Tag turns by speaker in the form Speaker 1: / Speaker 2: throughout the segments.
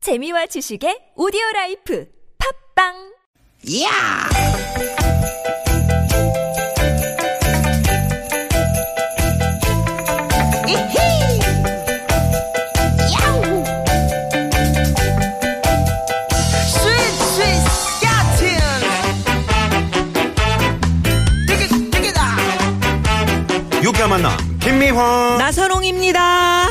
Speaker 1: 재미와 지식의 오디오 라이프 팝빵
Speaker 2: 야! 이히! 야우! 스윗 스윗 스틴! 티켓 티켓아!
Speaker 3: 유쾌한 만남 김미화
Speaker 4: 나선홍입니다.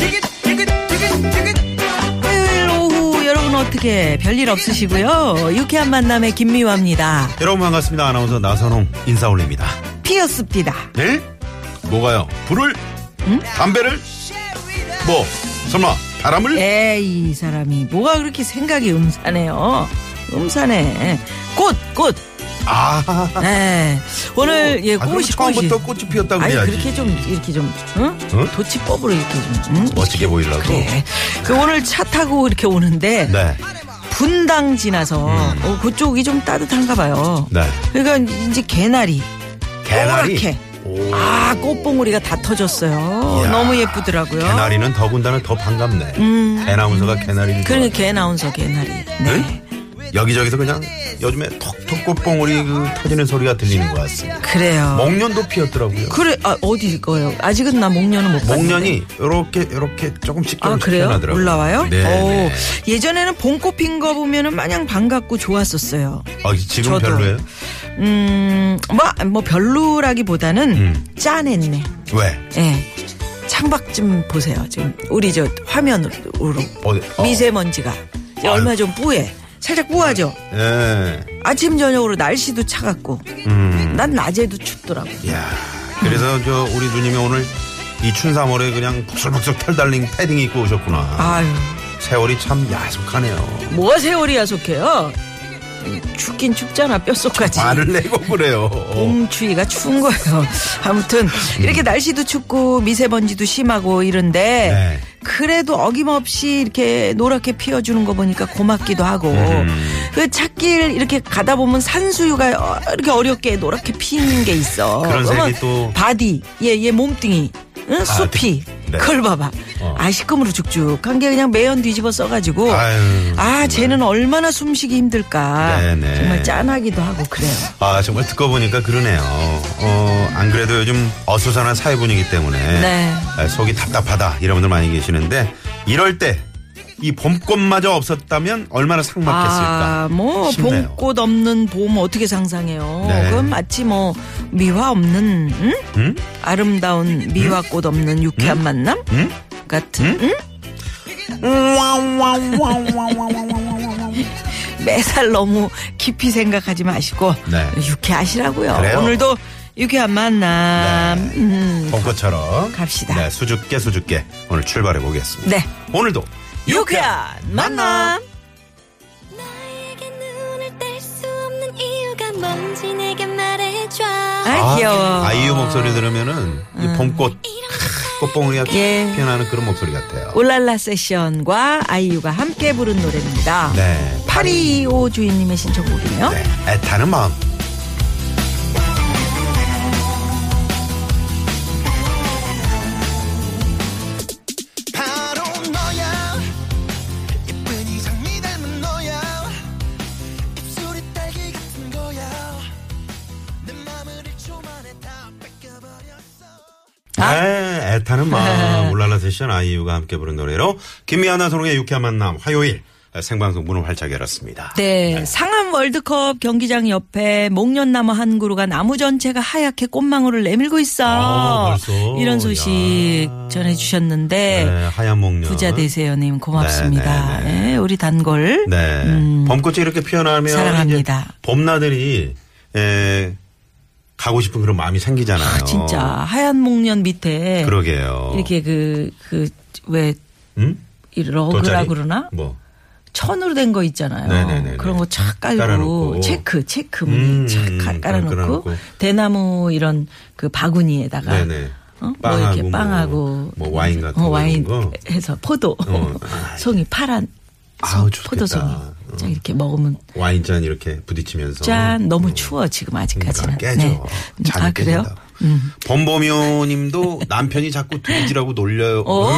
Speaker 2: 티켓 티켓 티켓 티켓!
Speaker 4: 화요일 오후 여러분 어떻게 별일 없으시고요. 유쾌한 만남의 김미화입니다.
Speaker 3: 여러분 반갑습니다 아나운서 나선홍 인사 올립니다
Speaker 4: 피었습니다.
Speaker 3: 네? 뭐가요? 불을? 담배를? 뭐? 설마 바람을?
Speaker 4: 예. 에이 이 사람이 뭐가 그렇게 생각이 음산해요. 음산해. 꽃 꽃.
Speaker 3: 아
Speaker 4: 네. 오늘 예
Speaker 3: 아, 그럼
Speaker 4: 꽃이 꽃이.
Speaker 3: 처음부터 꽃이 피었다고
Speaker 4: 아니
Speaker 3: 해야지
Speaker 4: 그렇게 좀 이렇게 좀 응?
Speaker 3: 응?
Speaker 4: 도치법으로 이렇게 좀 응?
Speaker 3: 멋지게 보이려고
Speaker 4: 그래. 그 오늘 차 타고 이렇게 오는데
Speaker 3: 네. 음.
Speaker 4: 분당 지나서 어, 그쪽이 좀 따뜻한가 봐요.
Speaker 3: 네.
Speaker 4: 그러니까 이제 개나리.
Speaker 3: 개나리
Speaker 4: 이렇게.
Speaker 3: 오.
Speaker 4: 아 꽃봉오리가 다 터졌어요.
Speaker 3: 이야.
Speaker 4: 너무 예쁘더라고요.
Speaker 3: 개나리는 더군다나 더 반갑네 애나운서가 개나리를
Speaker 4: 음. 그러니까 개 나운서 개나리. 네.
Speaker 3: 좋아해. 여기저기서 그냥 요즘에 톡톡 꽃봉오리 그 터지는 소리가 들리는 것 같습니다
Speaker 4: 그래요.
Speaker 3: 목련도 피었더라고요
Speaker 4: 그래 아 어디 거예요? 아직은 나 목련은 못 봤는데.
Speaker 3: 목련이 요렇게 요렇게 조금씩 조금씩
Speaker 4: 네. 아 그래요?
Speaker 3: 피어나더라고요
Speaker 4: 올라와요?
Speaker 3: 네, 네.
Speaker 4: 오, 예전에는 봄꽃 핀 거 보면은 마냥 반갑고 좋았었어요.
Speaker 3: 아, 지금
Speaker 4: 저도.
Speaker 3: 별로예요?
Speaker 4: 음뭐뭐 별로라기보다는
Speaker 3: 음.
Speaker 4: 짠했네.
Speaker 3: 왜?
Speaker 4: 예. 창밖 좀 보세요. 지금 우리 저 화면으로
Speaker 3: 어디? 어.
Speaker 4: 미세먼지가 이제
Speaker 3: 아유.
Speaker 4: 얼마 좀 뿌해. 살짝 뿌하죠.
Speaker 3: 예.
Speaker 4: 아침 저녁으로 날씨도 차갑고
Speaker 3: 음.
Speaker 4: 난 낮에도 춥더라고.
Speaker 3: 야.
Speaker 4: 음.
Speaker 3: 그래서 저 우리 누님이 오늘 이춘 3월에 그냥 북슬북슬 털 달린 패딩 입고 오셨구나.
Speaker 4: 아유
Speaker 3: 세월이 참 야속하네요.
Speaker 4: 뭐가 세월이야 속해요? 음, 춥긴 춥잖아 뼛속까지.
Speaker 3: 말을 내고 그래요.
Speaker 4: 봄 추위가 추운 거예요. 아무튼 이렇게 날씨도 춥고 미세먼지도 심하고 이런데
Speaker 3: 네.
Speaker 4: 그래도 어김없이 이렇게 노랗게 피워주는 거 보니까 고맙기도 하고
Speaker 3: 음.
Speaker 4: 그 찾길 이렇게 가다 보면 산수유가 어- 이렇게 어렵게 노랗게 피는 게 있어.
Speaker 3: 그런 색이
Speaker 4: 그러면
Speaker 3: 또-
Speaker 4: 바디 얘얘 몸뚱이 응? 숲이
Speaker 3: 네.
Speaker 4: 그걸 봐봐
Speaker 3: 어.
Speaker 4: 아시꺼으로 죽죽한 게 그냥 매연 뒤집어 써가지고
Speaker 3: 아유,
Speaker 4: 아
Speaker 3: 정말.
Speaker 4: 쟤는 얼마나 숨쉬기 힘들까
Speaker 3: 네네.
Speaker 4: 정말 짠하기도 하고 그래요.
Speaker 3: 아, 정말 듣고 보니까 그러네요. 어, 안 그래도 요즘 어수선한 사회 분위기 때문에
Speaker 4: 네.
Speaker 3: 아, 속이 답답하다 이런 분들 많이 계시는데 이럴 때 이 봄꽃마저 없었다면 얼마나 삭막했을까.
Speaker 4: 아, 뭐
Speaker 3: 싶네요.
Speaker 4: 봄꽃 없는 봄 어떻게 상상해요?
Speaker 3: 네.
Speaker 4: 그건 마치 뭐 미화 없는 응?
Speaker 3: 응? 음?
Speaker 4: 아름다운 미화꽃 없는 유쾌한 만남
Speaker 3: 응? 음?
Speaker 4: 같은 응? 매살 너무 깊이 생각하지 마시고
Speaker 3: 네.
Speaker 4: 유쾌하시라고요.
Speaker 3: 그래요? 네.
Speaker 4: 오늘도 유쾌한 만남. 음.
Speaker 3: 어. 벚꽃처럼
Speaker 4: 갑시다.
Speaker 3: 네, 수줍게 수줍게 오늘 출발해 보겠습니다.
Speaker 4: 네.
Speaker 3: 오늘도
Speaker 4: 유쾌한 만남.
Speaker 5: 나에게 눈을 뗄 수 없는 이유가 뭔지 내게 말해줘
Speaker 4: 아, 귀여워. 음.
Speaker 3: 아이유 목소리 들으면은 이 봄꽃 꽃봉오리가
Speaker 4: 예.
Speaker 3: 피어나는 그런 목소리 같아요.
Speaker 4: 올랄라 세션과 아이유가 함께 부른 노래입니다.
Speaker 3: 네.
Speaker 4: 825 주인님의 신청곡이네요.
Speaker 3: 네. 애타는 마음.
Speaker 6: 바로 너야 예쁜 이상이 닮은 너야 입술이 딸기 같은 거야 내 마음을 1초 만에 다 뺏겨버렸어
Speaker 4: 아.
Speaker 3: 네, 애타는 마음. 올랄라 세션 아이유가 함께 부른 노래로 김미아나 소롱의 유쾌한 만남 화요일 생방송 문을 활짝 열었습니다.
Speaker 4: 네, 상암 월드컵 경기장 옆에 목련나무 한 그루가 나무 전체가 하얗게 꽃망울을 내밀고 있어.
Speaker 3: 아, 벌써?
Speaker 4: 이런 소식
Speaker 3: 야.
Speaker 4: 전해주셨는데
Speaker 3: 네, 하얀 목련.
Speaker 4: 부자 되세요님 고맙습니다.
Speaker 3: 네, 네, 네.
Speaker 4: 예, 우리 단골.
Speaker 3: 네. 봄꽃이 이렇게 피어나면
Speaker 4: 음. 사랑합니다.
Speaker 3: 이제 봄나들이 에, 가고 싶은 그런 마음이 생기잖아요.
Speaker 4: 아, 진짜 하얀 목련 밑에
Speaker 3: 어. 그러게요.
Speaker 4: 이렇게 그 그 왜
Speaker 3: 음?
Speaker 4: 러그라
Speaker 3: 돗자리?
Speaker 4: 그러나
Speaker 3: 뭐
Speaker 4: 천으로 된 거 있잖아요.
Speaker 3: 네, 네, 네, 네.
Speaker 4: 그런 거 착 깔고
Speaker 3: 깔아놓고.
Speaker 4: 체크 체크
Speaker 3: 음,
Speaker 4: 착
Speaker 3: 음,
Speaker 4: 깔-
Speaker 3: 깔아놓고.
Speaker 4: 깔아놓고 대나무 이런 그 바구니에다가
Speaker 3: 네네.
Speaker 4: 어? 뭐 이렇게 빵하고
Speaker 3: 뭐, 와인 같은
Speaker 4: 어,
Speaker 3: 거
Speaker 4: 와인
Speaker 3: 이런 거.
Speaker 4: 해서 포도
Speaker 3: 어,
Speaker 4: 송이 파란
Speaker 3: 아우,
Speaker 4: 송-
Speaker 3: 좋겠다. 어.
Speaker 4: 포도 송이 쫙 이렇게 먹으면
Speaker 3: 와인잔 이렇게 부딪히면서
Speaker 4: 짠 너무 추워 지금 아직까지는
Speaker 3: 음. 그러니까 깨져.
Speaker 4: 네.
Speaker 3: 잔이
Speaker 4: 아 그래요
Speaker 3: 깨진다. 범범이님도 남편이 자꾸 돼지라고 놀려요.
Speaker 4: 오.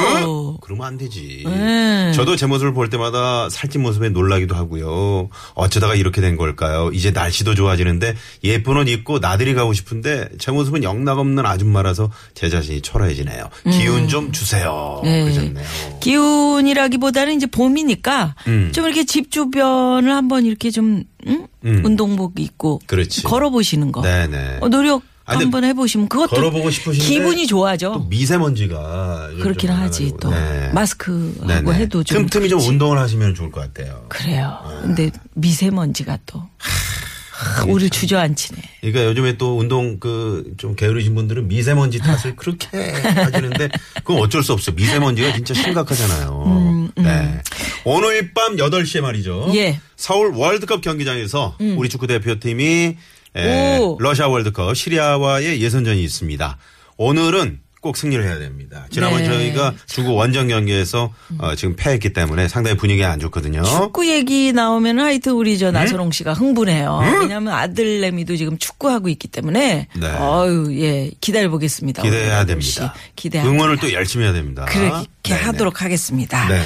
Speaker 3: 응? 그러면 안 되지.
Speaker 4: 네.
Speaker 3: 저도 제 모습을 볼 때마다 살찐 모습에 놀라기도 하고요. 어쩌다가 이렇게 된 걸까요? 이제 날씨도 좋아지는데 예쁜 옷 입고 나들이 가고 싶은데 제 모습은 영락없는 아줌마라서 제 자신이 초라해지네요. 기운 좀 주세요.
Speaker 4: 음. 네.
Speaker 3: 그러셨네요.
Speaker 4: 기운이라기보다는 이제 봄이니까
Speaker 3: 음.
Speaker 4: 좀 이렇게 집 주변을 한번 이렇게 좀 응? 운동복 입고
Speaker 3: 음. 그렇지.
Speaker 4: 걸어 보시는 거.
Speaker 3: 네네.
Speaker 4: 어, 노력
Speaker 3: 아, 근데
Speaker 4: 한번 해보시면 그것도
Speaker 3: 걸어보고 싶으신데
Speaker 4: 기분이 좋아져.
Speaker 3: 또 미세먼지가 요즘
Speaker 4: 그렇긴
Speaker 3: 좀
Speaker 4: 하지
Speaker 3: 많아가지고.
Speaker 4: 또
Speaker 3: 네.
Speaker 4: 마스크하고
Speaker 3: 네네.
Speaker 4: 해도 좀
Speaker 3: 틈틈이 좀 네.
Speaker 4: 그렇지.
Speaker 3: 운동을 하시면 좋을 것 같아요.
Speaker 4: 그래요. 근데 미세먼지가 또 하, 우리 주저앉히네.
Speaker 3: 그러니까 요즘에 또 운동 그 좀 게으르신 분들은 미세먼지 탓을 그렇게 하시는데 그건 어쩔 수 없어요. 미세먼지가 진짜 심각하잖아요. 네. 오늘 밤 8시에 말이죠.
Speaker 4: 음, 예. 음.
Speaker 3: 서울 월드컵 경기장에서 우리 축구 대표팀이 에,
Speaker 4: 오.
Speaker 3: 러시아 월드컵 시리아와의 예선전이 있습니다. 오늘은 꼭 승리를 해야 됩니다. 지난번
Speaker 4: 네.
Speaker 3: 저희가 중국 원정 경기에서 어, 지금 패했기 때문에 상당히 분위기가 안 좋거든요.
Speaker 4: 축구 얘기 나오면 하여튼 우리 저 나선홍 씨가 흥분해요. 왜냐하면 아들내미도 지금 축구하고 있기 때문에
Speaker 3: 네.
Speaker 4: 어유 예 기다려 보겠습니다.
Speaker 3: 기대해야
Speaker 4: 오늘
Speaker 3: 됩니다.
Speaker 4: 혹시 기대하
Speaker 3: 응원을 또 열심히 해야 됩니다.
Speaker 4: 그렇게
Speaker 3: 네네.
Speaker 4: 하도록 하겠습니다.
Speaker 3: 네.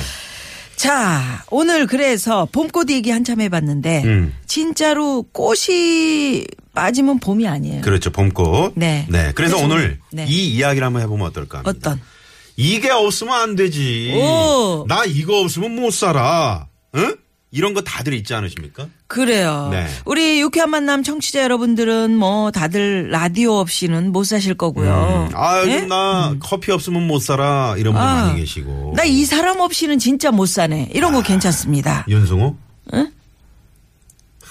Speaker 4: 자 오늘 그래서 봄꽃 얘기 한참 해봤는데
Speaker 3: 음.
Speaker 4: 진짜로 꽃이 빠지면 봄이 아니에요.
Speaker 3: 그렇죠. 봄꽃.
Speaker 4: 네.
Speaker 3: 그래서
Speaker 4: 그래서
Speaker 3: 오늘
Speaker 4: 네.
Speaker 3: 이 이야기를 한번 해보면 어떨까 합니다.
Speaker 4: 어떤
Speaker 3: 이게 없으면 안 되지.
Speaker 4: 오.
Speaker 3: 나 이거 없으면 못 살아. 응? 이런 거 다들 있지 않으십니까?
Speaker 4: 그래요.
Speaker 3: 네.
Speaker 4: 우리 유쾌한 만남 청취자 여러분들은 뭐 다들 라디오 없이는 못 사실 거고요.
Speaker 3: 아, 요즘
Speaker 4: 예?
Speaker 3: 나 커피 없으면 못 살아. 이런 분
Speaker 4: 아.
Speaker 3: 많이 계시고.
Speaker 4: 나 이 사람 없이는 진짜 못 사네. 이런
Speaker 3: 아.
Speaker 4: 거 괜찮습니다.
Speaker 3: 윤승호?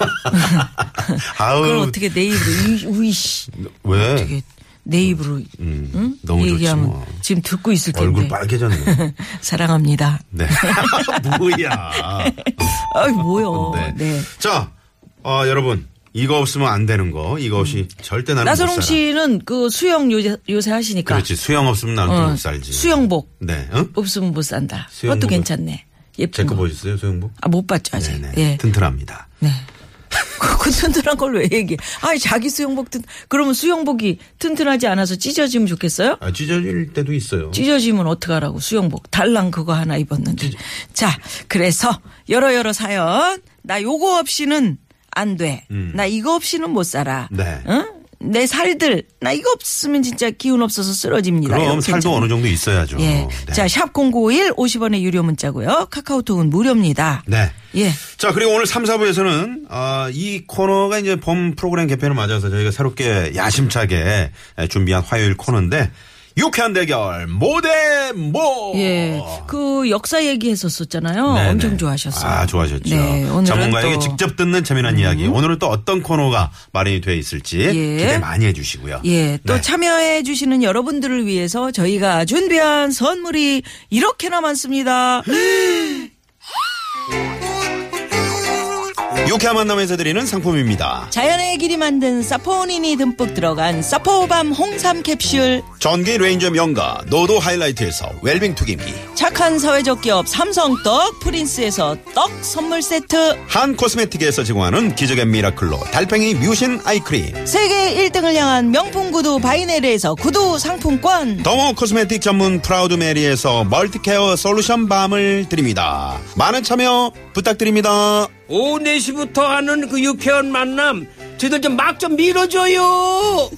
Speaker 3: 응? 아우.
Speaker 4: 그걸 어떻게 내 입으로 우이 씨
Speaker 3: 왜?
Speaker 4: 어떻게 내 입으로
Speaker 3: 음,
Speaker 4: 응?
Speaker 3: 너무
Speaker 4: 얘기하면
Speaker 3: 좋지 뭐.
Speaker 4: 지금 듣고 있을 텐데
Speaker 3: 얼굴 빨개졌네.
Speaker 4: 사랑합니다.
Speaker 3: 네. 뭐야.
Speaker 4: 아이 뭐요?
Speaker 3: 네.
Speaker 4: 네.
Speaker 3: 자, 어, 여러분. 이거 없으면 안 되는 거. 이거 없이 절대 나는 못 살아.
Speaker 4: 음. 나선홍 씨는 그 수영 요새, 요새 하시니까
Speaker 3: 그렇지. 수영 없으면 나는 또
Speaker 4: 어,
Speaker 3: 못 살지.
Speaker 4: 수영복
Speaker 3: 네. 응?
Speaker 4: 없으면 못 산다.
Speaker 3: 수영복은-
Speaker 4: 그것도 괜찮네. 예쁜
Speaker 3: 제거
Speaker 4: 거.
Speaker 3: 보셨어요, 수영복?
Speaker 4: 아, 못 봤죠, 아직.
Speaker 3: 네네.
Speaker 4: 예.
Speaker 3: 튼튼합니다.
Speaker 4: 네. 그 튼튼한 걸 왜 얘기해? 아니, 자기 수영복 튼, 그러면 수영복이 튼튼하지 않아서 찢어지면 좋겠어요?
Speaker 3: 아, 찢어질 때도 있어요.
Speaker 4: 찢어지면 어떡하라고, 수영복. 달랑 그거 하나 입었는데. 자, 그래서, 여러 여러 사연. 나 요거 없이는 안 돼. 나 이거 없이는 못 살아.
Speaker 3: 음. 네.
Speaker 4: 응? 내 살들. 나 이거 없으면 진짜 기운 없어서 쓰러집니다.
Speaker 3: 그럼
Speaker 4: 이렇게
Speaker 3: 살도
Speaker 4: 괜찮아요.
Speaker 3: 어느 정도 있어야죠.
Speaker 4: 예.
Speaker 3: 네.
Speaker 4: 자, 샵0951 50원의 유료 문자고요. 카카오톡은 무료입니다.
Speaker 3: 네.
Speaker 4: 예.
Speaker 3: 자, 그리고 오늘 3, 4부에서는, 아, 이 코너가 이제 봄 프로그램 개편을 맞아서 저희가 새롭게 야심차게 준비한 화요일 코너인데, 유쾌한 대결, 모대 모!
Speaker 4: 예. 그 역사 얘기했었었잖아요.
Speaker 3: 어. 네네.
Speaker 4: 엄청 좋아하셨어요.
Speaker 3: 아, 좋아하셨죠.
Speaker 4: 네, 오늘은
Speaker 3: 전문가에게
Speaker 4: 또- 음.
Speaker 3: 직접 듣는 재미난 이야기. 오늘은 또 어떤 코너가 마련이 되어 있을지 기대 많이 해주시고요.
Speaker 4: 예. 또
Speaker 3: 네.
Speaker 4: 참여해 주시는 여러분들을 위해서 저희가 준비한 선물이 이렇게나 많습니다. 네.
Speaker 3: 유쾌한 만남에서 드리는 상품입니다.
Speaker 4: 자연의 길이 만든 사포닌이 듬뿍 들어간 사포밤 홍삼 캡슐,
Speaker 3: 전기 레인저 명가 노도 하이라이트에서 웰빙 투김기
Speaker 4: 착한 사회적 기업 삼성떡 프린스에서 떡 선물 세트,
Speaker 3: 한 코스메틱에서 제공하는 기적의 미라클로 달팽이 뮤신 아이크림
Speaker 4: 세계 1등을 향한 명품 구두 바이네르에서 구두 상품권,
Speaker 3: 더모 코스메틱 전문 프라우드 메리에서 멀티케어 솔루션 밤을 드립니다. 많은 참여 부탁드립니다.
Speaker 7: 오후 4시부터 하는 그 유쾌한 만남 저희들 좀 막 좀 밀어줘요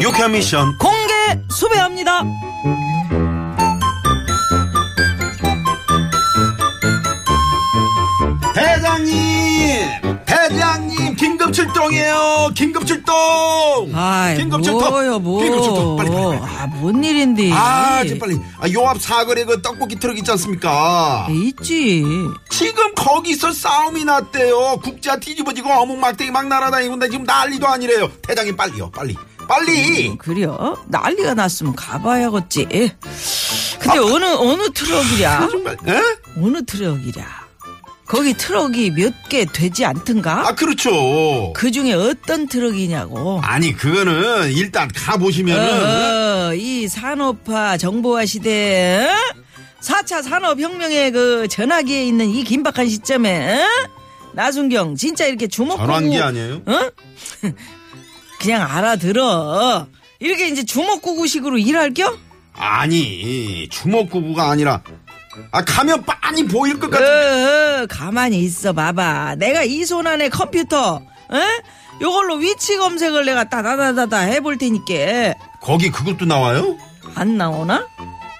Speaker 3: 유쾌한 미션
Speaker 4: 공개 수배합니다.
Speaker 3: 대장님 대장님 긴급 출동이에요. 긴급 출동.
Speaker 4: 아이,
Speaker 3: 긴급 출동.
Speaker 4: 뭐요, 뭐.
Speaker 3: 긴급 출동. 빨리 빨리. 빨리.
Speaker 4: 아, 뭔 일인데.
Speaker 3: 아, 저 빨리. 아, 요 앞 사거리에 그 떡볶이 트럭 있지 않습니까?
Speaker 4: 네, 있지.
Speaker 3: 지금 거기서 싸움이 났대요. 국자 뒤집어지고 어묵 막대기 막 날아다니고 근데 지금 난리도 아니래요. 대장님 빨리요, 빨리, 빨리.
Speaker 4: 그래요? 난리가 났으면 가봐야겠지.
Speaker 3: 아.
Speaker 4: 근데 어느, 어느 트럭이랴?
Speaker 3: 정말? 에?
Speaker 4: 어느 트럭이랴? 거기 트럭이 몇 개 되지 않던가?
Speaker 3: 아 그렇죠.
Speaker 4: 그 중에 어떤 트럭이냐고.
Speaker 3: 아니 그거는 일단 가 보시면은
Speaker 4: 어허, 이 산업화 정보화 시대 어? 4차 산업혁명의 그 전화기에 있는 이 긴박한 시점에 어? 나순경 진짜 이렇게 주목하고
Speaker 3: 전환기 아니에요?
Speaker 4: 어? 그냥 알아들어 이렇게 이제 주먹구구식으로 일할 겨?
Speaker 3: 아니 주먹구구가 아니라 아 가면 빤히 보일 것 같은.
Speaker 4: 어허, 가만히 있어 봐봐 내가 이 손 안에 컴퓨터 어? 요걸로 위치 검색을 내가 따다다다다 해볼 테니까
Speaker 3: 거기 그것도 나와요?
Speaker 4: 안 나오나?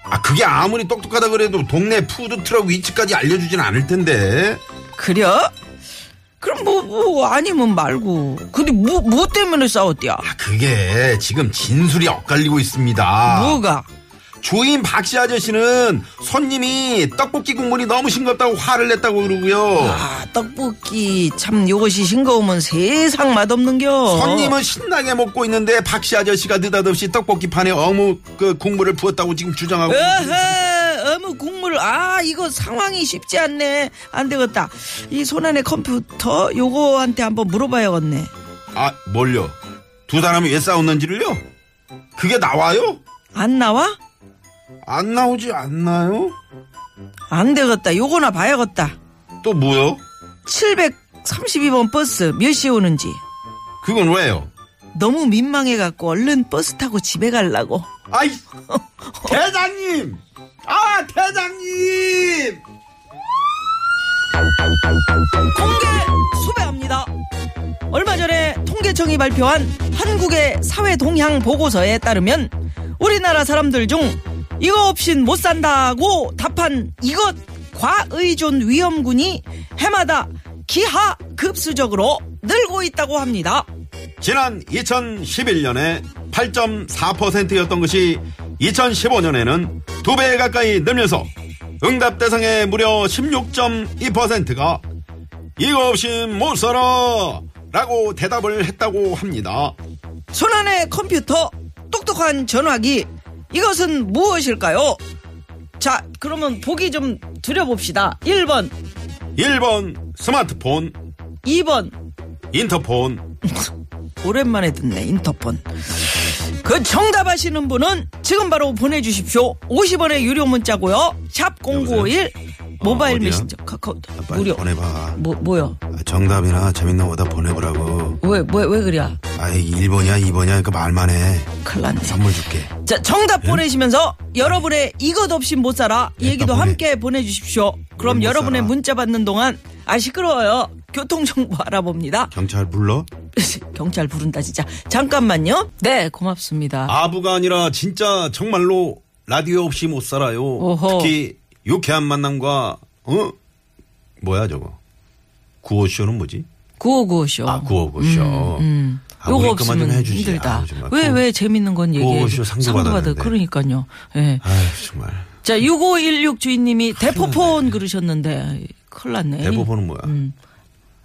Speaker 3: 아 그게 아무리 똑똑하다 그래도 동네 푸드 트럭 위치까지 알려주진 않을 텐데.
Speaker 4: 그려? 그럼 뭐, 뭐 아니면 말고. 근데 뭐, 뭐 때문에 싸웠대요?
Speaker 3: 아 그게 지금 진술이 엇갈리고 있습니다.
Speaker 4: 뭐가?
Speaker 3: 주인 박씨 아저씨는 손님이 떡볶이 국물이 너무 싱겁다고 화를 냈다고 그러고요.
Speaker 4: 아, 떡볶이 참 요것이 싱거우면 세상 맛없는겨.
Speaker 3: 손님은 신나게 먹고 있는데 박씨 아저씨가 느닷없이 떡볶이 판에 어묵 그 국물을 부었다고 지금 주장하고
Speaker 4: 어허, 어묵 국물. 아, 이거 상황이 쉽지 않네. 안 되겠다. 이 손안의 컴퓨터 요거한테 한번 물어봐야겠네.
Speaker 3: 아 뭘요? 두 사람이 왜 싸웠는지를요? 그게 나와요?
Speaker 4: 안 나와?
Speaker 3: 안 나오지 않나요?
Speaker 4: 안 되겠다. 요거나 봐야겠다.
Speaker 3: 또 뭐요?
Speaker 4: 732번 버스 몇 시에 오는지.
Speaker 3: 그건 왜요?
Speaker 4: 너무 민망해갖고 얼른 버스 타고 집에 가려고.
Speaker 3: 아이 대장님! 아 대장님!
Speaker 4: 공개 수배합니다. 얼마 전에 통계청이 발표한 한국의 사회 동향 보고서에 따르면 우리나라 사람들 중 이거 없인 못 산다고 답한 이것 과의존 위험군이 해마다 기하 급수적으로 늘고 있다고 합니다.
Speaker 3: 지난 2011년에 8.4%였던 것이 2015년에는 두 배 가까이 늘면서 응답 대상의 무려 16.2%가 이거 없이 못 살아! 라고 대답을 했다고 합니다.
Speaker 4: 손안의 컴퓨터, 똑똑한 전화기, 이것은 무엇일까요? 자, 그러면 보기 좀 드려봅시다. 1번,
Speaker 3: 1번 스마트폰,
Speaker 4: 2번,
Speaker 3: 인터폰.
Speaker 4: 오랜만에 듣네 인터폰 그 정답 아시는 분은 지금 바로 보내주십시오 50원의 유료 문자고요 샵0951 모바일
Speaker 3: 어디야? 아,
Speaker 4: 메신저 카카오 무료
Speaker 3: 보내봐.
Speaker 4: 뭐, 뭐요
Speaker 3: 정답이나 재밌는 거다 보내보라고.
Speaker 4: 왜, 왜, 왜 그래
Speaker 3: 아이, 1번이야, 2번이야. 그 말만 해.
Speaker 4: 큰일 났네
Speaker 3: 줄게.
Speaker 4: 자 정답
Speaker 3: 예?
Speaker 4: 보내시면서 여러분의 이것 없이 못 살아 이 얘기도
Speaker 3: 보내.
Speaker 4: 함께 보내주십시오
Speaker 3: 못
Speaker 4: 그럼 여러분의
Speaker 3: 살아.
Speaker 4: 문자 받는 동안 아 시끄러워요 교통정보 알아봅니다
Speaker 3: 경찰 불러?
Speaker 4: 경찰 부른다 진짜 잠깐만요 네 고맙습니다
Speaker 3: 아부가 아니라 진짜 정말로 라디오 없이 못 살아요.
Speaker 4: 오호.
Speaker 3: 특히 유쾌한 만남과 어 뭐야 저거 구호쇼는 뭐지?
Speaker 4: 구호구호쇼
Speaker 3: 아 구호쇼. 아,
Speaker 4: 음, 요거
Speaker 3: 우리 그만 좀
Speaker 4: 없으면
Speaker 3: 해주지.
Speaker 4: 힘들다.
Speaker 3: 아우, 정말.
Speaker 4: 왜,
Speaker 3: 구호-
Speaker 4: 왜 재밌는 건 얘기해.
Speaker 3: 구호쇼 상도 네. 받았는데.
Speaker 4: 그러니까요. 예.
Speaker 3: 아휴 정말
Speaker 4: 자, 6516 주인님이 대포폰 그러셨는데, 큰일 났네.
Speaker 3: 대포폰은 뭐야?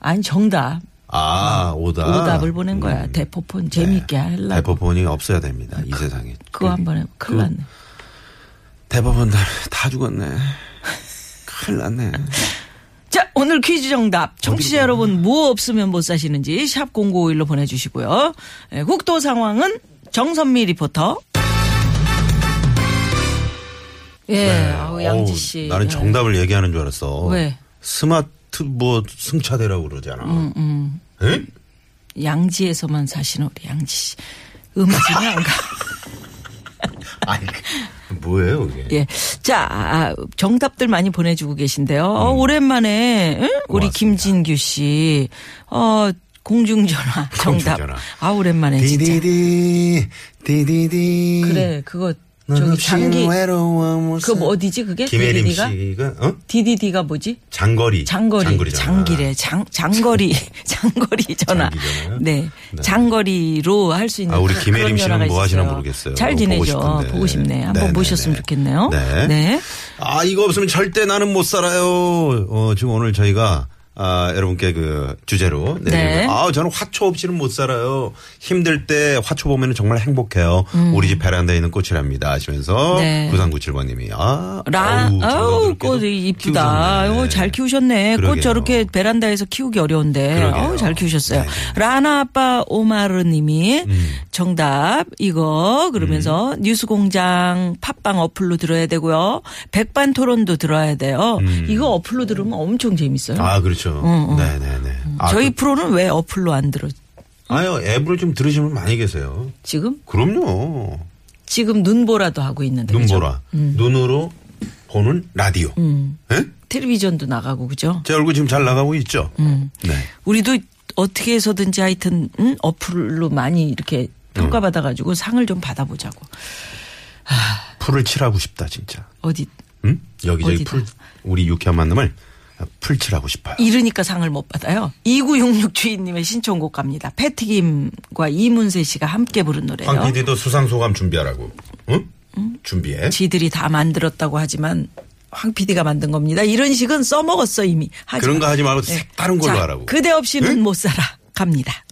Speaker 4: 아니, 정답.
Speaker 3: 아 오답.
Speaker 4: 음. 어,
Speaker 3: 음.
Speaker 4: 오답을 보낸 거야. 대포폰 재밌게 하려고.
Speaker 3: 대포폰이 없어야 됩니다. 이 세상에.
Speaker 4: 그거 한번 해. 큰일 났네.
Speaker 3: 대포폰 다, 다 죽었네. 큰일 났네.
Speaker 4: 자, 오늘 퀴즈 정답. 청취자 여러분, 뭐 없으면 못 사시는지 샵0951로 보내주시고요. 예, 국도 상황은 정선미 리포터. 예, 아우, 양지
Speaker 3: 네. 어우,
Speaker 4: 씨.
Speaker 3: 나는
Speaker 4: 예.
Speaker 3: 정답을 얘기하는 줄 알았어.
Speaker 4: 왜?
Speaker 3: 스마트 뭐 승차대라고 그러잖아.
Speaker 4: 음,
Speaker 3: 에?
Speaker 4: 양지에서만 사시는 우리 양지 씨. 음지는 안 가.
Speaker 3: 아니 뭐예요 이게?
Speaker 4: 예. 자, 아, 정답들 많이 보내주고 계신데요. 어,
Speaker 3: 음.
Speaker 4: 오랜만에, 응? 우리 김진규 씨, 어, 공중전화 정답.
Speaker 3: 공중전화.
Speaker 4: 아, 오랜만에 진짜.
Speaker 3: 디디디 디디디.
Speaker 4: 그래, 그거,
Speaker 3: 넌
Speaker 4: 저기
Speaker 3: 없이
Speaker 4: 장기,
Speaker 3: 외로워 못
Speaker 4: 그거
Speaker 3: 살아.
Speaker 4: 뭐 어디지, 그게?
Speaker 3: 김혜림
Speaker 4: DDD가?
Speaker 3: 씨가 어
Speaker 4: DDD가 뭐지?
Speaker 3: 장거리
Speaker 4: 장거리,
Speaker 3: 장거리잖아.
Speaker 4: 장기래, 장, 장거리, 장거리 전화.
Speaker 3: 장기잖아요.
Speaker 4: 네.
Speaker 3: 네.
Speaker 4: 장거리로 할 수 있는.
Speaker 3: 아, 우리
Speaker 4: 그-
Speaker 3: 김혜림
Speaker 4: 그런
Speaker 3: 씨는
Speaker 4: 연화가
Speaker 3: 뭐 하시나
Speaker 4: 있어요.
Speaker 3: 모르겠어요.
Speaker 4: 잘
Speaker 3: 보고
Speaker 4: 지내죠.
Speaker 3: 싶은데.
Speaker 4: 보고, 싶네. 한번
Speaker 3: 네네네.
Speaker 4: 모셨으면 좋겠네요.
Speaker 3: 네.
Speaker 4: 네.
Speaker 3: 아 이거 없으면 절대 나는 못 살아요. 어, 지금 오늘 저희가 아, 여러분께 그 주제로 내드리고요.
Speaker 4: 네.
Speaker 3: 아, 저는 화초 없이는 못 살아요. 힘들 때 화초 보면 정말 행복해요. 우리 집 베란다에 있는 꽃이랍니다. 하시면서
Speaker 4: 음. 네.
Speaker 3: 9397번님이 아,
Speaker 4: 라,
Speaker 3: 아우,
Speaker 4: 아우,
Speaker 3: 저렇게도
Speaker 4: 꽃 이쁘다.
Speaker 3: 키우셨네.
Speaker 4: 어, 잘 키우셨네.
Speaker 3: 그러게요.
Speaker 4: 꽃 저렇게 베란다에서 키우기 어려운데.
Speaker 3: 그러게요.
Speaker 4: 어우, 잘 키우셨어요.
Speaker 3: 네. 음.
Speaker 4: 라나 아빠 오마르 님이 정답, 이거, 그러면서 뉴스 공장 팟빵 어플로 들어야 되고요. 백반 토론도 들어야 돼요. 이거 어플로 들으면 엄청 재밌어요.
Speaker 3: 음. 아, 그렇죠. 네네네. 아,
Speaker 4: 저희 프로는 왜 어플로 안 들어?
Speaker 3: 그- 아유, 앱으로 좀 들으시면 많이 계세요.
Speaker 4: 지금?
Speaker 3: 그럼요.
Speaker 4: 지금 눈보라도 하고 있는데.
Speaker 3: 눈
Speaker 4: 그죠? 음.
Speaker 3: 보라. 눈으로 보는 라디오. 예?
Speaker 4: 텔레비전도 나가고, 그죠?
Speaker 3: 제 얼굴 지금 잘 나가고 있죠?
Speaker 4: 음.
Speaker 3: 네.
Speaker 4: 우리도 어떻게 해서든지 하여튼 음, 어플로 많이 이렇게 평가받아가지고 상을 좀 받아보자고
Speaker 3: 풀을 칠하고 싶다, 진짜.
Speaker 4: 어디
Speaker 3: 응? 여기저기
Speaker 4: 어디다?
Speaker 3: 풀, 우리 유쾌한 만남을 풀칠하고 싶어요.
Speaker 4: 이러니까 상을 못 받아요 2966 주인님의 신청곡 갑니다 패티김과 이문세 씨가 함께 부른 노래예요
Speaker 3: 황 PD도 수상소감 준비하라고. 응? 준비해.
Speaker 4: 지들이 다 만들었다고 하지만 황 PD가 만든 겁니다 이런 식은 써먹었어 이미 하지
Speaker 3: 그런
Speaker 4: 마. 네.
Speaker 3: 거 하지 말고 네? 색다른 걸로
Speaker 4: 자,
Speaker 3: 하라고.
Speaker 4: 그대 없이는 못 살아 갑니다